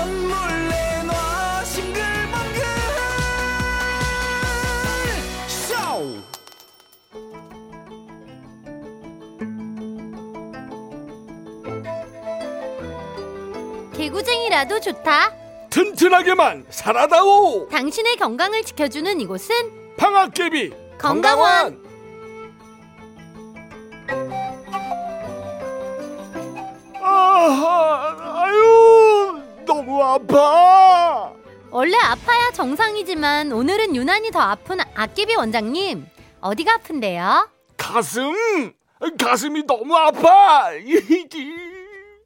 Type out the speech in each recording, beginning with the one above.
몰래 놔 싱글벙글 쇼 개구쟁이라도 좋다. 튼튼하게만 살아다오 당신의 건강을 지켜주는 이곳은 방학개비 건강원. 아, 아유 너무 아파 원래 아파야 정상이지만 오늘은 유난히 더 아픈 아끼비 원장님. 어디가 아픈데요? 가슴 가슴이 너무 아파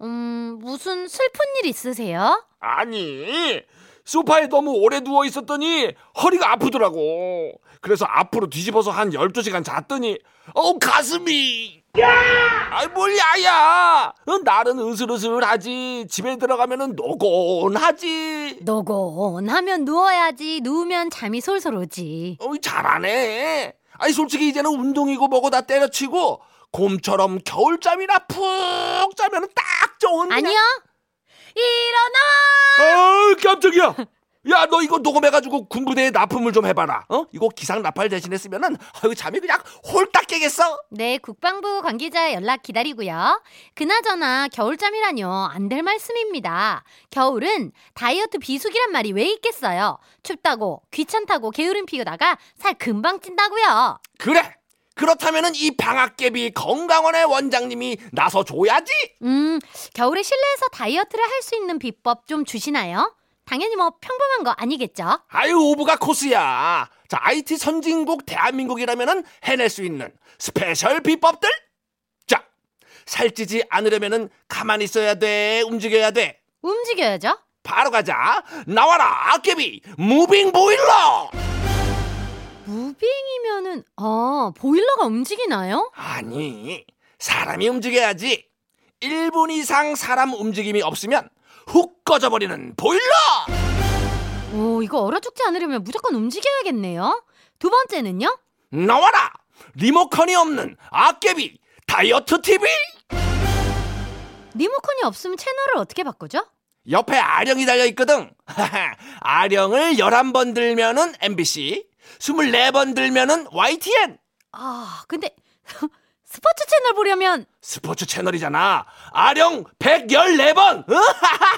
음, 무슨 슬픈 일 있으세요? 아니 소파에 너무 오래 누워 있었더니 허리가 아프더라고 그래서 앞으로 뒤집어서 한 12시간 잤더니 어 가슴이 아이 뭘 야야 어, 날은 으슬으슬하지 집에 들어가면은 노곤하지 너곤 하면 누워야지. 누우면 잠이 솔솔 오지. 어이 잘하네 아니 솔직히 이제는 운동이고 뭐고 다 때려치고 곰처럼 겨울잠이나 푹 자면은 딱 음, 좋은 그냥 아니요. 일어나! 아 깜짝이야 야 너 이거 녹음해가지고 군부대에 납품을 좀 해봐라 어 이거 기상 나팔 대신에 쓰면은 아유 잠이 그냥 홀딱 깨겠어 네, 국방부 관계자 연락 기다리고요. 그나저나 겨울잠이라뇨 안 될 말씀입니다. 겨울은 다이어트 비수기란 말이 왜 있겠어요? 춥다고 귀찮다고 게으름 피우다가 살 금방 찐다고요. 그래 그렇다면은 이 방학개비 건강원의 원장님이 나서 줘야지 음, 겨울에 실내에서 다이어트를 할 수 있는 비법 좀 주시나요? 당연히 뭐 평범한 거 아니겠죠? 아유 오브가 코스야 자 IT 선진국 대한민국이라면은 해낼 수 있는 스페셜 비법들 자 살찌지 않으려면은 가만히 있어야 돼 움직여야 돼 움직여야죠. 바로 가자 나와라 아깨비 무빙 보일러 무빙이면은 아, 보일러가 움직이나요? 아니, 사람이 움직여야지. 1분 이상 사람 움직임이 없으면 훅 꺼져버리는 보일러! 오, 이거 얼어 죽지 않으려면 무조건 움직여야겠네요. 두 번째는요? 나와라! 리모컨이 없는 아깨비 다이어트 TV! 리모컨이 없으면 채널을 어떻게 바꾸죠? 옆에 아령이 달려있거든. 아령을 11번 들면은 MBC, 24번 들면은 YTN! 아, 근데 스포츠 채널 보려면 스포츠 채널이잖아. 아령 114번!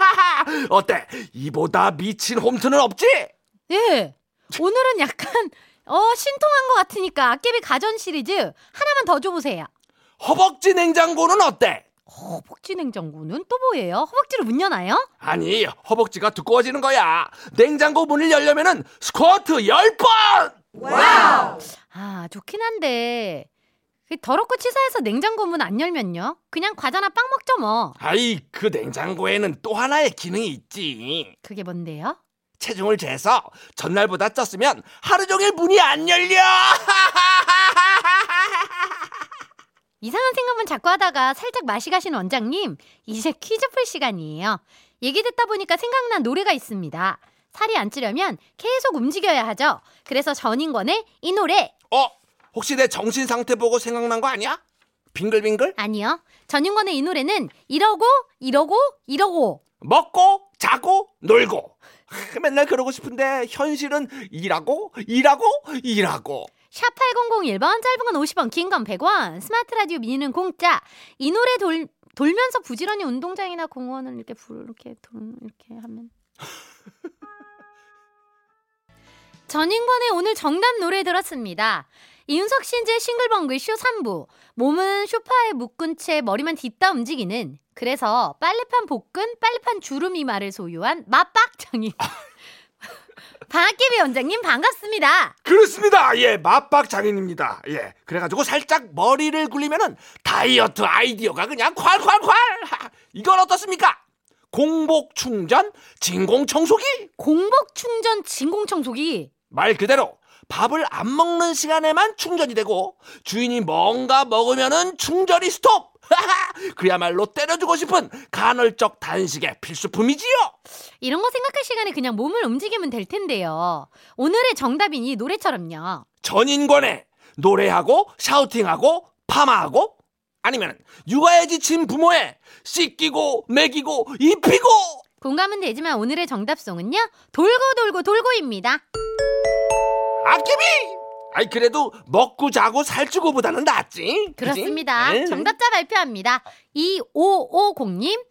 어때? 이보다 미친 홈트는 없지? 예. 오늘은 약간 어 신통한 것 같으니까 아깨비 가전 시리즈 하나만 더 줘보세요. 허벅지 냉장고는 어때? 허벅지 냉장고는 또 뭐예요? 허벅지를 문 여나요? 아니 허벅지가 두꺼워지는 거야 냉장고 문을 열려면은 스쿼트 열번 아 좋긴 한데 그 더럽고 치사해서 냉장고 문 안 열면요? 그냥 과자나 빵 먹죠 뭐. 아이 그 냉장고에는 또 하나의 기능이 있지 그게 뭔데요? 체중을 재서 전날보다 쪘으면 하루 종일 문이 안 열려 이상한 생각만 자꾸 하다가 살짝 맛이 가신 원장님, 이제 퀴즈 풀 시간이에요. 얘기 듣다 보니까 생각난 노래가 있습니다. 살이 안 찌려면 계속 움직여야 하죠. 그래서 전인권의 이 노래 어 혹시 내 정신 상태 보고 생각난 거 아니야 빙글빙글 아니요. 전인권의 이 노래는 이러고 이러고 이러고 먹고 자고 놀고 맨날 그러고 싶은데 현실은 일하고 일하고 일하고 샵 8001번 짧은 건 50원 긴 건 100원 스마트 라디오 미니는 공짜 이 노래 돌, 돌면서 부지런히 운동장이나 공원을 이렇게 불 이렇게 돌 이렇게 하면 전인권의 오늘 정답 노래 들었습니다. 이윤석 신지의 싱글벙글 쇼 3부 몸은 쇼파에 묶은 채 머리만 뒤따 움직이는 그래서 빨래판 복근 빨래판 주름이 말을 소유한 맞박정이 방학개비 원장님 반갑습니다. 그렇습니다. 예, 맛박 장인입니다. 예, 그래가지고 살짝 머리를 굴리면은 다이어트 아이디어가 그냥 콸콸콸. 하, 이건 어떻습니까? 공복 충전 진공 청소기 공복 충전 진공청소기 말 그대로 밥을 안 먹는 시간에만 충전이 되고 주인이 뭔가 먹으면은 충전이 스톱. 하하, 그야말로 때려주고 싶은 간헐적 단식의 필수품이지요. 이런 거 생각할 시간에 그냥 몸을 움직이면 될 텐데요. 오늘의 정답인 이 노래처럼요. 전인권의 노래하고 샤우팅하고 파마하고 아니면 육아에 지친 부모의 씻기고 먹이고 입히고 공감은 되지만 오늘의 정답송은요. 돌고 돌고 돌고입니다. 아끼비! 아이 그래도 먹고 자고 살찌고보다는 낫지. 네, 그지? 그렇습니다. 응. 정답자 발표합니다. 2550님,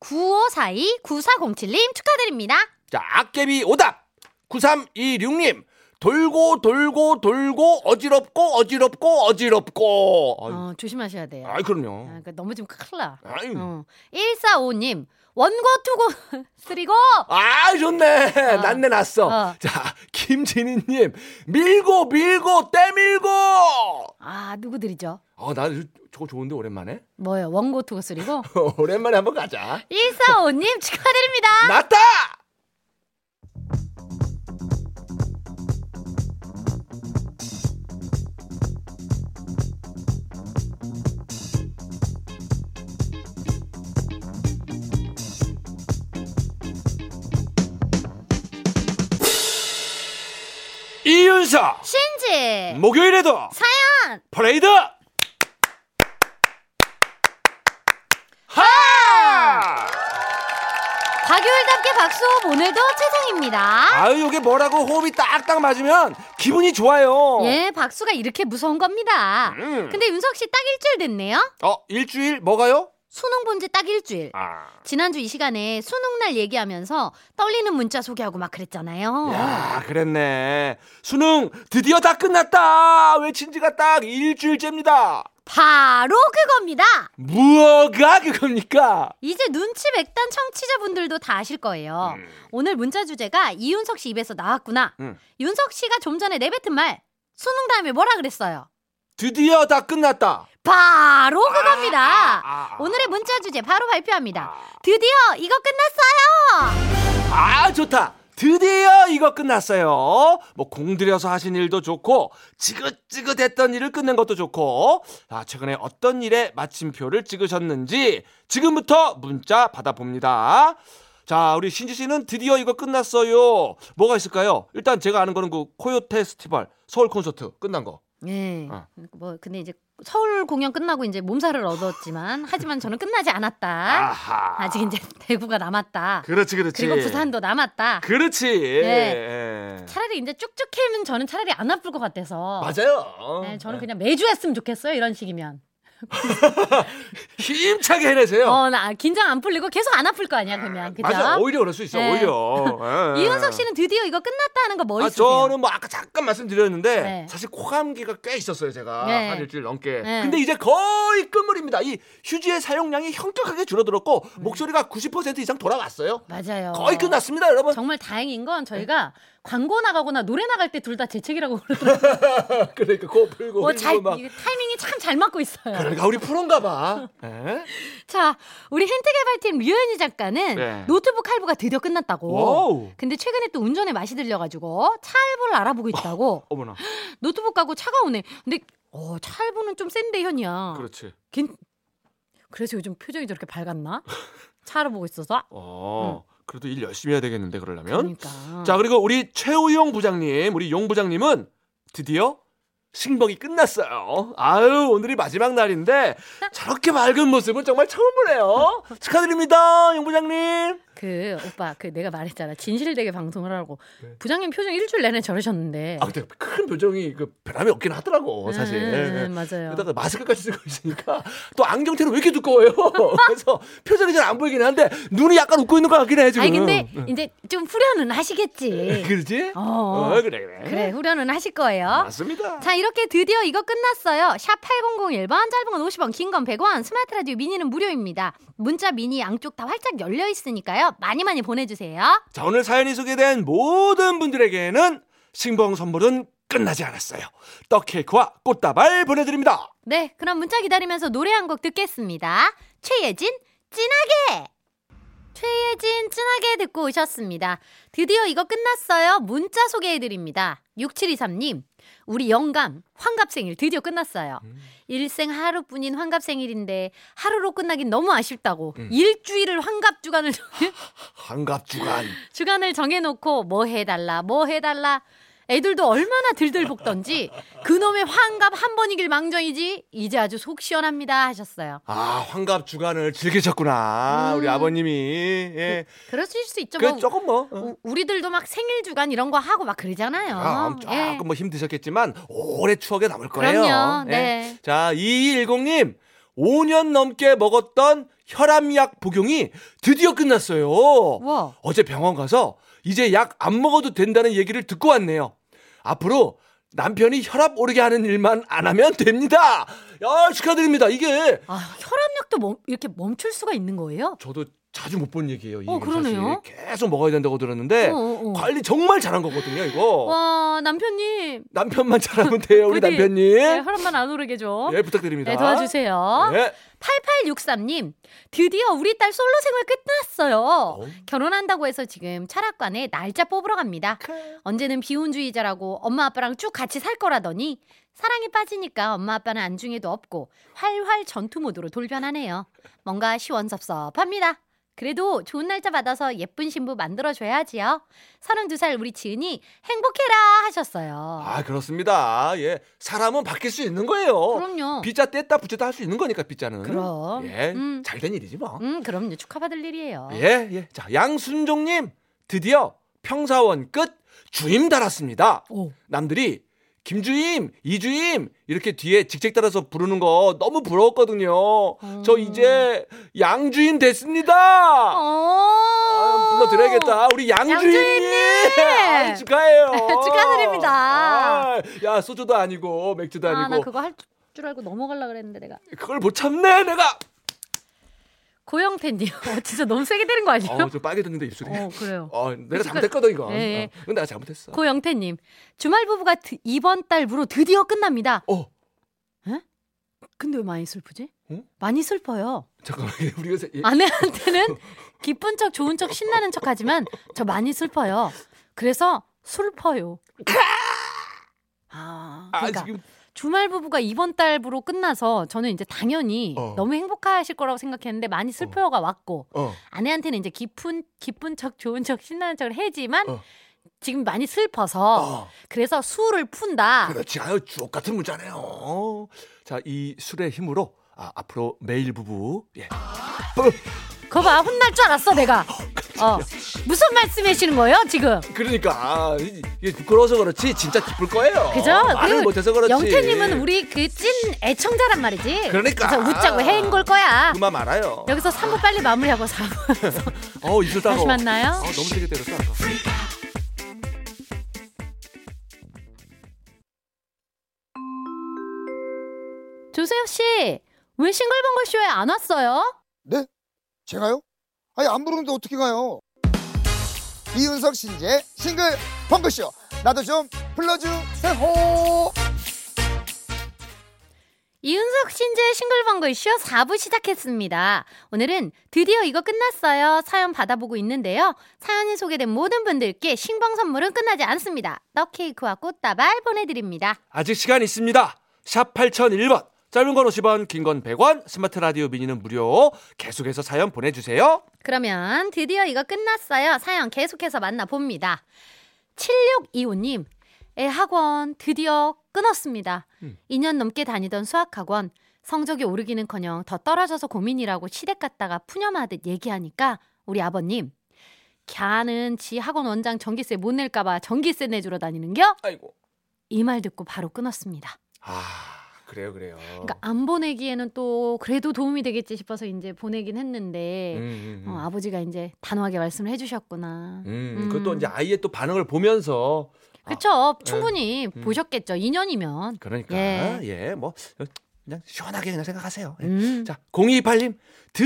9542, 9407님 축하드립니다. 자, 아깨비 오답! 9326님, 돌고, 돌고, 돌고, 어지럽고, 어지럽고, 어지럽고. 아이, 어, 조심하셔야 돼요. 아이, 아, 그럼요. 그러니까 넘어지면 큰일 나. 아이, 어. 145님, 원고 투고 쓰리고 아, 좋네. 어. 낫네, 났어. 어. 자, 김진희님, 밀고, 밀고, 떼밀고! 아, 누구들이죠? 어, 나 저거 좋은데, 오랜만에? 뭐예요? 원고 투고 쓰리고 오랜만에 한번 가자. 145님 축하드립니다. 낫다! 이윤석 신지 목요일에도 사연 프레이드 하! 박효일답게 박수 오늘도 최성입니다. 아유 이게 뭐라고 호흡이 딱딱 맞으면 기분이 좋아요. 예, 박수가 이렇게 무서운 겁니다. 음. 근데 윤석 씨 딱 일주일 됐네요. 어 일주일 뭐가요? 수능 본 지 딱 일주일. 아. 지난주 이 시간에 수능 날 얘기하면서 떨리는 문자 소개하고 막 그랬잖아요. 야 그랬네. 수능 드디어 다 끝났다. 외친 지가 딱 일주일째입니다. 바로 그겁니다. 뭐가 그겁니까? 이제 눈치 백단 청취자분들도 다 아실 거예요. 오늘 문자 주제가 이윤석 씨 입에서 나왔구나. 음. 윤석 씨가 좀 전에 내뱉은 말 수능 다음에 뭐라 그랬어요? 드디어 다 끝났다. 바로 그겁니다. 아, 아. 오늘의 문자 주제 바로 발표합니다. 드디어 이거 끝났어요. 아 좋다. 드디어 이거 끝났어요. 뭐 공들여서 하신 일도 좋고 지긋지긋했던 일을 끝낸 것도 좋고 아 최근에 어떤 일에 마침표를 찍으셨는지 지금부터 문자 받아봅니다. 자 우리 신지 씨는 드디어 이거 끝났어요. 뭐가 있을까요? 일단 제가 아는 거는 그 코요테 스티벌 서울 콘서트 끝난 거. 예. 어. 뭐 근데 이제 서울 공연 끝나고 이제 몸살을 얻었지만 하지만 저는 끝나지 않았다. 아하. 아직 이제 대구가 남았다. 그렇지 그렇지. 그리고 부산도 남았다. 그렇지. 예. 예. 차라리 이제 쭉쭉 해면 저는 차라리 안 아플 것 같아서. 맞아요. 네, 저는 그냥 매주 했으면 좋겠어요. 이런 식이면. 힘차게 해내세요. 어, 나 긴장 안 풀리고 계속 안 아플 거 아니야, 그러면. 그죠? 맞아 오히려 그럴 수 있어 네. 오히려 예. 이윤석 씨는 드디어 이거 끝났다 하는 거 뭐 아, 있으세요? 저는 뭐 아까 잠깐 말씀드렸는데 네. 사실 코감기가 꽤 있었어요 제가 네. 한 일주일 넘게 네. 근데 이제 거의 끝물입니다 이 휴지의 사용량이 현격하게 줄어들었고 음. 목소리가 90% 이상 돌아왔어요 맞아요. 거의 끝났습니다 여러분 정말 다행인 건 저희가 광고 나가거나 노래 나갈 때 둘 다 재채기라고 그러더라고요. 그러니까 코 풀고 어, 흘리고 잘, 막 이게 타이밍이 참 잘 맞고 있어요. 그러니까 우리 프로인가 봐 네. 예? 자, 우리 힌트 개발팀 류현희 작가는 네. 노트북 할부가 드디어 끝났다고. 와우. 근데 최근에 또 운전에 맛이 들려가지고 차 할부를 알아보고 있다고. 어머나 노트북 가고 차가 오네. 근데 어, 차 할부는 좀 센데 현이야. 그렇지 괜- 그래서 요즘 표정이 저렇게 밝았나? 차를 보고 있어서. 어 음. 그래도 일 열심히 해야 되겠는데 그러려면 그러니까. 자 그리고 우리 최우용 부장님 우리 용 부장님은 드디어 신봉이 끝났어요. 아유 오늘이 마지막 날인데 저렇게 맑은 모습은 정말 처음 보네요. 축하드립니다 용 부장님. 그 오빠 그 내가 말했잖아 진실되게 방송을 하라고 부장님 표정 일주일 내내 저러셨는데. 네. 아 근데 큰 표정이 그 변함이 없긴 하더라고 사실. 네. 음, 음, 맞아요. 그러다가 마스크까지 쓰고 있으니까 또 안경테는 왜 이렇게 두꺼워요? 그래서 표정이 잘 안 보이긴 한데 눈이 약간 웃고 있는 것 같긴 해 지금. 아니 근데 이제 좀 후련은 하시겠지. 그러지? 어. 어, 그래 그래. 그래 후련은 하실 거예요. 맞습니다. 자 이렇게 드디어 이거 끝났어요. 샵 8001번 짧은 건 50원 긴 건 100원 스마트 라디오 미니는 무료입니다. 문자 미니 양쪽 다 활짝 열려 있으니까요. 많이 많이 보내주세요. 자, 오늘 사연이 소개된 모든 분들에게는 신봉 선물은 끝나지 않았어요. 떡 케이크와 꽃다발 보내드립니다. 네 그럼 문자 기다리면서 노래 한 곡 듣겠습니다. 최예진 진하게 최예진 진하게 듣고 오셨습니다. 드디어 이거 끝났어요. 문자 소개해드립니다. 6723님 우리 영감 환갑생일 드디어 끝났어요. 일생 하루뿐인 환갑생일인데 하루로 끝나긴 너무 아쉽다고 일주일을 환갑 주간을 환갑 주간. 주간을 정해놓고 뭐 해달라 뭐 해달라 애들도 얼마나 들들 볶던지 그놈의 환갑 한 번이길 망정이지 이제 아주 속 시원합니다 하셨어요. 아 환갑 주간을 즐기셨구나 우리 아버님이 예. 음. 그러실 수 있죠. 그 뭐 조금 뭐 어. 우- 우리들도 막 생일 주간 이런 거 하고 막 그러잖아요. 아, 조금 예. 뭐 힘드셨겠지만 오래 추억에 남을 거예요. 그럼요, 예. 네. 자, 2210님 5년 넘게 먹었던 혈압약 복용이 드디어 끝났어요. 우와. 어제 병원 가서 이제 약 안 먹어도 된다는 얘기를 듣고 왔네요. 앞으로 남편이 혈압 오르게 하는 일만 안 하면 됩니다. 야, 축하드립니다. 이게 아, 혈압약도 멈- 이렇게 멈출 수가 있는 거예요? 저도 자주 못 본 얘기예요. 이게 어, 그러네요. 사실 계속 먹어야 된다고 들었는데 어, 어, 어. 관리 정말 잘한 거거든요, 이거. 와 남편님 남편만 잘하면 돼요, 우리 부디, 남편님. 네, 혈압만 안 오르게 좀 예, 부탁드립니다. 네, 도와주세요. 예. 8863님, 드디어 우리 딸 솔로 생활 끝났어요. 어? 결혼한다고 해서 지금 철학관에 날짜 뽑으러 갑니다. 언제는 비혼주의자라고 엄마 아빠랑 쭉 같이 살 거라더니 사랑에 빠지니까 엄마 아빠는 안중에도 없고 활활 전투 모드로 돌변하네요. 뭔가 시원섭섭합니다. 그래도 좋은 날짜 받아서 예쁜 신부 만들어줘야지요. 32살 우리 지은이 행복해라 하셨어요. 아, 그렇습니다. 예. 사람은 바뀔 수 있는 거예요. 그럼요. 빗자 뗐다 붙였다 할 수 있는 거니까, 빗자는. 그럼. 예. 음. 잘 된 일이지 뭐. 음, 그럼요. 축하받을 일이에요. 예, 예. 자, 양순종님. 드디어 평사원 끝 주임 달았습니다. 오. 남들이 김주임, 이주임 이렇게 뒤에 직책 따라서 부르는 거 너무 부러웠거든요. 음. 저 이제 양주임 어. 됐습니다. 아, 불러드려야겠다. 우리 양주임님 아, 축하해요. 축하드립니다. 아, 야 소주도 아니고 맥주도 아, 나 아니고 그거 할 줄 알고 넘어가려 그랬는데 내가. 그걸 못 참네 내가. 고영팬님. 어, 진짜 너무 세게 되는 거 아니에요? 어좀 빨개졌는데 입술이. 어, 그래요. 어 내가 잘못했거든 이거. 예, 예. 어, 근데 내가 잘못했어. 고영태님. 주말 부부가 드- 이번 달부로 드디어 끝납니다. 어 근데 왜 많이 슬프지? 응? 많이 슬퍼요. 잠깐만 우리 요새 예, 아내한테는 기쁜 척, 좋은 척, 신나는 척 하지만 저 많이 슬퍼요. 그래서 슬퍼요. 아, 아 그러니까 지금 주말 부부가 이번 달부로 끝나서 저는 이제 당연히 어. 너무 행복하실 거라고 생각했는데 많이 슬퍼요가 왔고 어 아내한테는 이제 기쁜 기쁜 척 좋은 척 신나는 척을 해지만 어. 지금 많이 슬퍼서 어. 그래서 수를 푼다. 그렇지 아유 주옥 같은 문자네요. 자 이 술의 힘으로 아, 앞으로 매일 부부 예. 거 봐 혼날 줄 알았어 내가. 어. 무슨 말씀하시는 거예요 지금? 그러니까 아, 이- 이게 부끄러워서 그렇지 진짜 기쁠 거예요. 그죠? 말을 못해서 그렇지. 영태님은 우리 그 찐 애청자란 말이지. 그러니까. 음. 그래서 웃자고 해인 걸 거야. 그만 말아요. 여기서 3부 빨리 마무리하고 4부 어 입술 따고. 다시 만나요. 어, 너무 세게 때렸어. 아까. 조세혁 씨, 왜 싱글벙글 쇼에 안 왔어요? 네? 제가요? 아니 안 부르는데 어떻게 가요? 이윤석 신재 싱글 펑크쇼 나도 좀 불러주세요. 이은석 신재 싱글벙글 쇼 4부 시작했습니다. 오늘은 드디어 이거 끝났어요. 사연 받아보고 있는데요. 사연이 소개된 모든 분들께 싱벙 선물은 끝나지 않습니다. 떡케이크와 꽃다발 보내드립니다. 아직 시간 있습니다. 샵 8001번. 짧은 건 50원, 긴 건 100원. 스마트 라디오 미니는 무료. 계속해서 사연 보내주세요. 그러면 드디어 이거 끝났어요. 사연 계속해서 만나봅니다. 7625님, 애 학원 드디어 끊었습니다. 2년 넘게 다니던 수학학원, 성적이 오르기는커녕 더 떨어져서 고민이라고 시댁 갔다가 푸념하듯 얘기하니까 우리 아버님, 걔는 지 학원 원장 전기세 못 낼까봐 전기세 내주러 다니는겨? 아이고. 이 말 듣고 바로 끊었습니다. 아 그래요 그래요. 그러니까 안 보내기에는 또 그래도 도움이 되겠지 싶어서 이제 보내긴 했는데 음, 음, 어, 아버지가 이제 단호하게 말씀을 해주셨구나. 음, 음. 그것도 이제 아이의 또 반응을 보면서 그쵸. 예. 충분히 음. 보셨겠죠. 2년이면. 그러니까 예. 예뭐 그냥 시원하게 그냥 생각하세요. 예. 음. 자, 0228님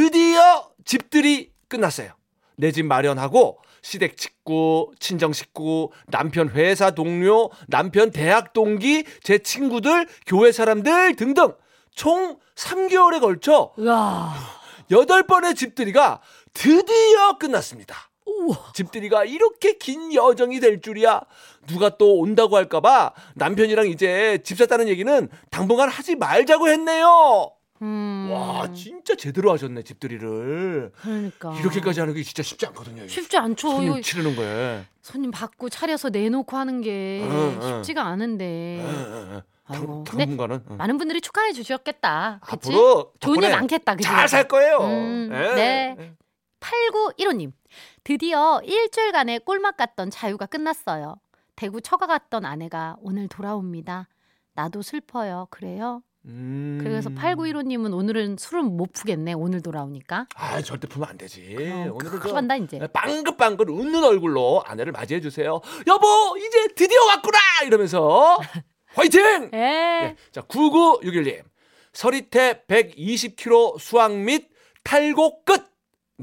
드디어 집들이 끝났어요. 내 집 마련하고 시댁 식구, 친정 식구, 남편 회사 동료, 남편 대학 동기, 제 친구들, 교회 사람들 등등 총 3개월에 걸쳐 우와. 8번의 집들이가 드디어 끝났습니다. 우와. 집들이가 이렇게 긴 여정이 될 줄이야. 누가 또 온다고 할까봐 남편이랑 이제 집 샀다는 얘기는 당분간 하지 말자고 했네요. 음. 와 진짜 제대로 하셨네 집들이를 그러니까. 이렇게까지 하는 게 진짜 쉽지 않거든요. 이거. 쉽지 않죠. 뭐 이거 손님 치르는 거에. 손님 받고 차려서 내놓고 하는 게 응, 응. 쉽지가 않은데. 예, 예, 예. 네. 아이고. 당- 근데 당분간은 응. 많은 분들이 축하해 주셨겠다. 그치? 앞으로 돈이 덕분에 많겠다. 그치? 잘살 거예요. 음, 예. 네. 8915님. 드디어 일주일간의 꿀맛 같던 자유가 끝났어요. 대구 처가 갔던 아내가 오늘 돌아옵니다. 나도 슬퍼요. 그래요? 음. 그래서 8915님은 오늘은 술은 못 푸겠네. 오늘 돌아오니까. 아 절대 풀면 안 되지. 그럼 예, 오늘은 큰일 난다 이제. 저 빵긋빵긋 웃는 얼굴로 아내를 맞이해 주세요. 여보 이제 드디어 왔구나 이러면서 화이팅. 예. 예. 자 9961님 서리태 120kg 수학 및 탈곡 끝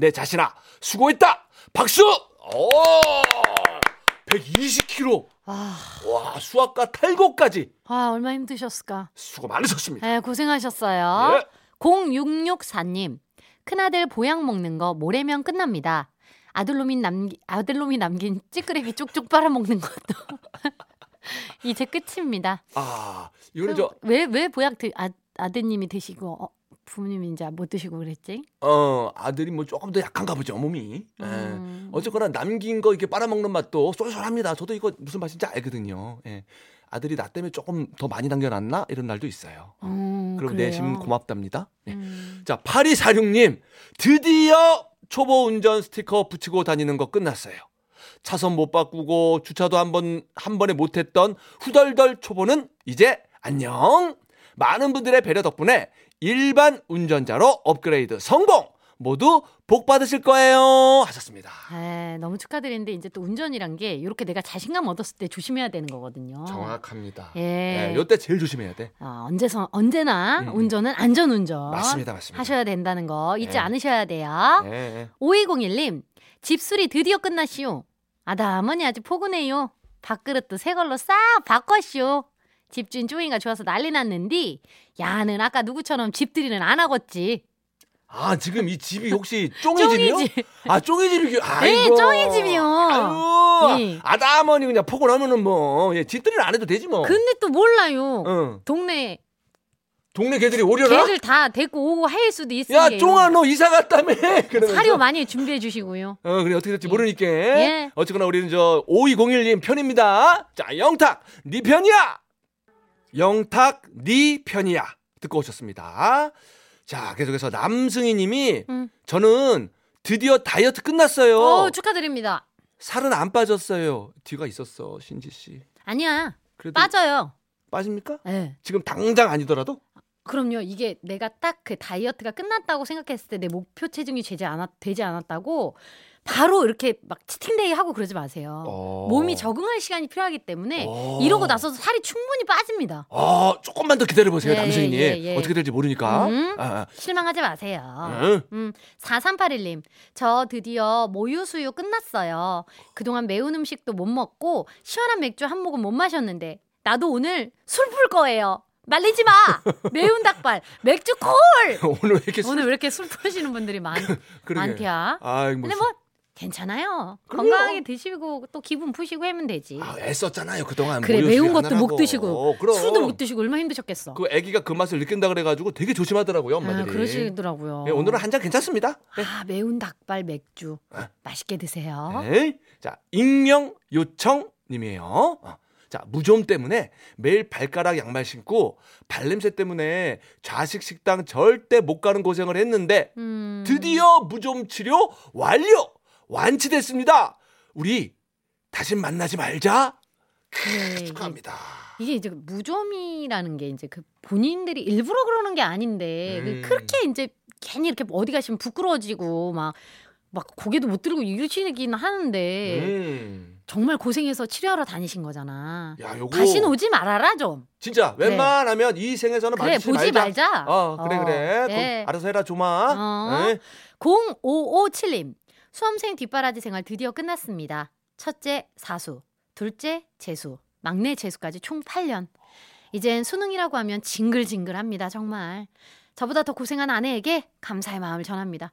내 자신아 수고했다 박수. 오 120kg 와, 와 수학과 탈곡까지 와, 얼마나 힘드셨을까. 수고 많으셨습니다. 예, 고생하셨어요. 예. 0664님. 큰아들 보양 먹는 거 모레면 끝납니다. 아들놈이 남기, 아들놈이 남긴 찌끄레기 쪽쪽 빨아먹는 것도 이제 끝입니다. 아 이거는 저 왜, 왜 보약 드, 아, 아드님이 드시고 어, 부모님이 이제 못 드시고 그랬지? 어, 아들이 뭐 조금 더 약한가 보죠, 몸이. 예. 음. 어쨌거나 남긴 거 이렇게 빨아먹는 맛도 쏠쏠합니다. 저도 이거 무슨 맛인지 알거든요. 예. 아들이 나 때문에 조금 더 많이 남겨놨나? 이런 날도 있어요. 음, 그럼 그래요? 내심 고맙답니다. 예. 음. 자, 8246님. 드디어 초보 운전 스티커 붙이고 다니는 거 끝났어요. 차선 못 바꾸고 주차도 한 번, 한 번에 못했던 후덜덜 초보는 이제 안녕! 많은 분들의 배려 덕분에 일반 운전자로 업그레이드 성공! 모두 복 받으실 거예요! 하셨습니다. 에, 아, 너무 축하드리는데 이제 또 운전이란 게 이렇게 내가 자신감 얻었을 때 조심해야 되는 거거든요. 정확합니다. 어. 예. 예, 요때 제일 조심해야 돼. 어, 언제서 언제나 음, 음. 운전은 안전 운전 맞습니다, 어. 맞습니다. 하셔야 된다는 거 잊지 예. 않으셔야 돼요. 예, 예. 5201님 집수리 드디어 끝났시오. 아담하니 아주 포근해요. 밥그릇도 새 걸로 싹 바꿨시오. 집주인 쪼이가 좋아서 난리 났는디 야는 아까 누구처럼 집들이는 안 하겠지. 아, 지금 이 집이 혹시 쫑이 집이요? 쫑이집. 아, 쫑이 집이요? 네, 아이고. 쫑이 집이요. 아유, 예. 아담하니 그냥 폭을 하면은 뭐, 예, 집들이를 안 해도 되지 뭐. 근데 또 몰라요. 응. 동네 동네 개들이 오려나? 개들 다 데리고 오고 할 수도 있어요. 야, 쫑아, 너 이사 갔다며! 그러면서. 사료 많이 준비해 주시고요. 어, 그래, 어떻게 될지 예. 모르니까. 예. 어쨌거나 우리는 저, 5201님 편입니다. 자, 영탁, 네 편이야! 영탁, 네 편이야. 듣고 오셨습니다. 자, 계속해서 남승희 님이, 음. 저는 드디어 다이어트 끝났어요. 어, 축하드립니다. 살은 안 빠졌어요. 뒤가 있었어, 신지 씨. 아니야. 그래도 빠져요. 빠집니까? 예. 지금 당장 아니더라도? 그럼요. 이게 내가 딱 그 다이어트가 끝났다고 생각했을 때 내 목표 체중이 되지, 않았, 되지 않았다고 바로 이렇게 막 치팅데이 하고 그러지 마세요. 어. 몸이 적응할 시간이 필요하기 때문에 어. 이러고 나서도 살이 충분히 빠집니다. 아, 조금만 더 기다려보세요, 예, 남성이님. 예, 예, 예. 어떻게 될지 모르니까. 음. 아, 실망하지 마세요. 아. 응. 음, 4381님, 저 드디어 모유수유 끝났어요. 그동안 매운 음식도 못 먹고, 시원한 맥주 한 모금 못 마셨는데, 나도 오늘 술 풀 거예요. 말리지 마! 매운 닭발, 맥주 콜! 오늘 왜 이렇게 오늘 왜 이렇게 술 푸시는 분들이 많, 그러게. 많대야? 아, 근데 뭐, 괜찮아요. 그럼요. 건강하게 드시고, 또 기분 푸시고 하면 되지. 아, 애썼잖아요, 그동안. 뭐 그래, 모유 매운 수유 것도 하느라고. 어, 못 드시고, 그럼. 술도 못 드시고, 얼마나 힘드셨겠어. 그 애기가 그 맛을 느낀다 그래가지고 되게 조심하더라고요, 아, 엄마들이. 그러시더라고요. 예, 오늘은 한 잔 괜찮습니다. 네. 아, 매운 닭발 맥주. 맛있게 드세요. 네. 자, 익명 요청님이에요. 어. 자, 무좀 때문에 매일 발가락 양말 신고 발냄새 때문에 좌식 식당 절대 못 가는 고생을 했는데 음. 드디어 무좀 치료 완료! 완치됐습니다! 우리 다시 만나지 말자! 그래, 이게- 축하합니다. 네. 이게 이제 무좀이라는 게 이제 그 본인들이 일부러 그러는 게 아닌데 그 음. 그렇게 이제 괜히 이렇게 어디 가시면 부끄러워지고 막 막 고개도 못 들고 이러시긴 하는데 음. 정말 고생해서 치료하러 다니신 거잖아. 야, 요거 다시 는 오지 말아라 좀. 진짜 웬만하면 이 생에서는 그래 마주치지 보지 말자. 말자. 어, 그래 그래. 그거 네. 알아서 해라 조마. 어. 네. 0557님 수험생 뒷바라지 생활 드디어 끝났습니다. 첫째 사수, 둘째 재수, 막내 재수까지 총 8년. 이젠 수능이라고 하면 징글징글합니다. 정말 저보다 더 고생한 아내에게 감사의 마음을 전합니다.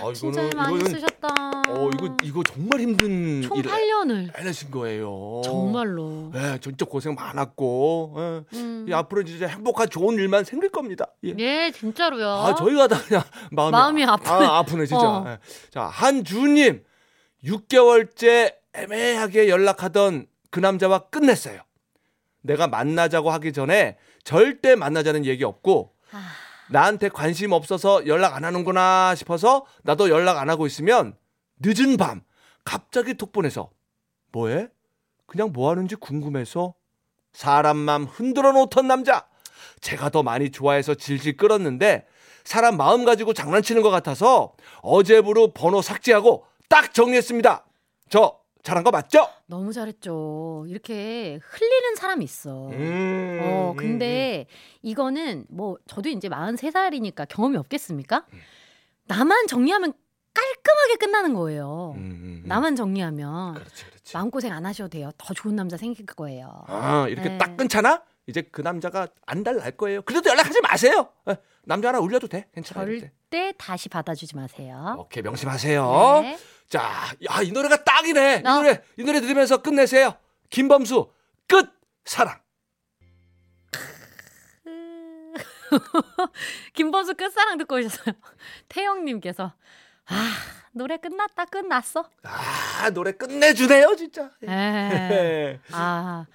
아, 이거는- 진짜 많이 이거는- 쓰셨다. 어 이거 이거 어. 정말 힘든 총 일을 8년을 해내신 거예요. 정말로. 예, 진짜 고생 많았고 예. 음. 이 앞으로 진짜 행복한 좋은 일만 생길 겁니다. 예. 예, 진짜로요. 아 저희가 다 그냥 마음이, 마음이 아프네. 아, 아프네 진짜. 어. 예. 자 한주님 6개월째 애매하게 연락하던 그 남자와 끝냈어요. 내가 만나자고 하기 전에 절대 만나자는 얘기 없고 아. 나한테 관심 없어서 연락 안 하는구나 싶어서 나도 연락 안 하고 있으면 늦은 밤 갑자기 톡 보내서 뭐해? 그냥 뭐 하는지 궁금해서 사람 맘 흔들어 놓던 남자 제가 더 많이 좋아해서 질질 끌었는데 사람 마음 가지고 장난치는 것 같아서 어제부로 번호 삭제하고 딱 정리했습니다 저 잘한 거 맞죠? 너무 잘했죠. 이렇게 흘리는 사람이 있어. 음, 어, 근데 이거는 뭐 저도 이제 43살이니까 경험이 없겠습니까? 음. 나만 정리하면 깔끔하게 끝나는 거예요. 음, 음, 음. 나만 정리하면 그렇지 그렇지 마음고생 안 하셔도 돼요. 더 좋은 남자 생길 거예요. 아 이렇게 네. 딱 끊잖아 이제 그 남자가 안달 날 거예요 그래도 연락하지 마세요 예, 남자 하나 올려도 돼 괜찮아요 이럴 때. 절대 다시 받아주지 마세요. 오케이 명심하세요 네. 자야이 노래가 딱이네 이 어. 노래 이 노래 들으면서 끝내세요 김범수 끝 사랑 김범수 끝사랑 듣고 오셨어요. 태영님께서 아 노래 끝났다 끝났어. 아 노래 끝내주네요 진짜 에. 네. 아,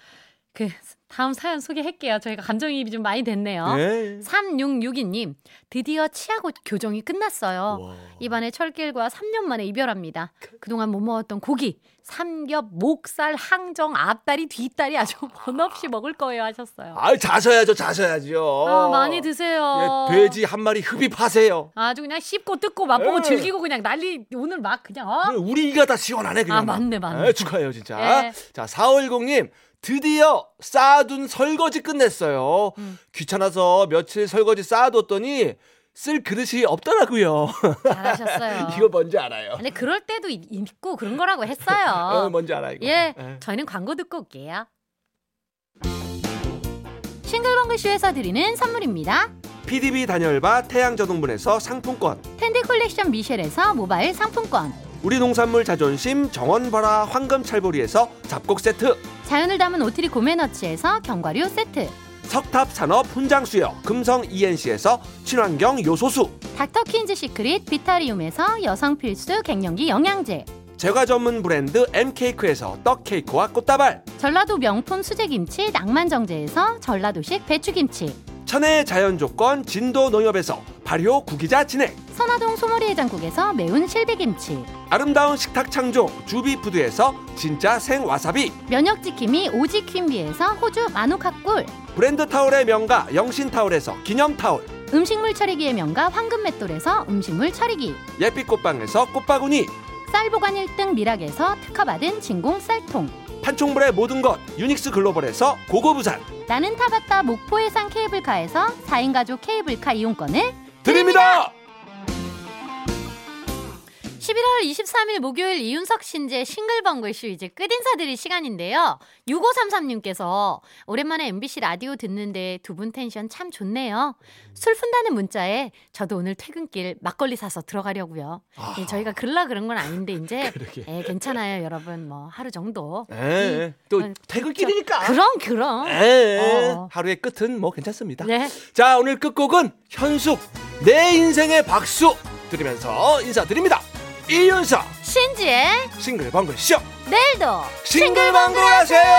그 다음 사연 소개할게요. 저희가 감정이입이 좀 많이 됐네요. 네. 3662님, 드디어 치아고 교정이 끝났어요. 와. 이번에 철길과 3년 만에 이별합니다. 그동안 못 먹었던 고기, 삼겹, 목살, 항정, 앞다리, 뒷다리 아주 번없이 먹을 거예요 하셨어요. 아 자셔야죠 자셔야죠 아, 많이 드세요. 예, 돼지 한 마리 흡입하세요 아주 그냥 씹고 뜯고 맛보고 예. 즐기고 그냥 난리 오늘 막 그냥 어? 우리 이가 다 시원하네 그냥 아, 맞네, 맞네. 예, 축하해요 진짜 자 450님 드디어 쌓아둔 설거지 끝냈어요 음. 귀찮아서 며칠 설거지 쌓아뒀더니 쓸 그릇이 없더라고요 아. 잘하셨어요. 이거 뭔지 알아요 근데 그럴 때도 있- 있고 그런 거라고 어, 했어요. 뭔지 알아 이거 예, 저희는 광고 듣고 올게요. 싱글벙글쇼에서 드리는 선물입니다. PDB 단열바 태양저동문에서 상품권 텐디 컬렉션 미셸에서 모바일 상품권, 우리 농산물 자존심 정원바라 황금찰보리에서 잡곡 세트 자연을 담은 오트리 고메너치에서 견과류 세트, 석탑산업 훈장수여 금성 ENC에서 친환경 요소수 닥터퀸즈 시크릿 비타리움에서 여성 필수 갱년기 영양제, 제과 전문 브랜드 MK크에서 떡케이크와 꽃다발 전라도 명품 수제김치 낭만정제에서 전라도식 배추김치, 천혜의 자연 조건 진도 농협에서 발효 구기자 진액 선화동 소머리 해장국에서 매운 실비김치, 아름다운 식탁 창조 주비푸드에서 진짜 생 와사비 면역지킴이 오지퀸비에서 호주 마누카꿀, 브랜드 타올의 명가 영신 타올에서 기념 타올 음식물 처리기의 명가 황금맷돌에서 음식물 처리기, 예빛 꽃방에서 꽃바구니 쌀 보관 1등 미락에서 특허받은 진공 쌀통 판촉물의 모든 것 유닉스 글로벌에서 고고부산 나는 타봤다 목포 해상 케이블카에서 4인 가족 케이블카 이용권을 드립니다 11월 23일 목요일 이윤석 신재 싱글벙글쇼 이제 끝인사드릴 시간인데요 6533님께서 오랜만에 MBC 라디오 듣는데 두 분 텐션 참 좋네요 술 푼다는 문자에 저도 오늘 퇴근길 막걸리 사서 들어가려고요 예, 저희가 글라 그런 건 아닌데 이제 예, 괜찮아요 여러분 뭐 하루 정도 에, 예. 또 음, 퇴근길이니까 그럼 그럼 아. 에, 어. 하루의 끝은 뭐 괜찮습니다 네. 자 오늘 끝곡은 현숙 내 인생의 박수 드리면서 인사드립니다 이윤석 신지의 싱글벙글 쇼 내일도 싱글벙글 하세요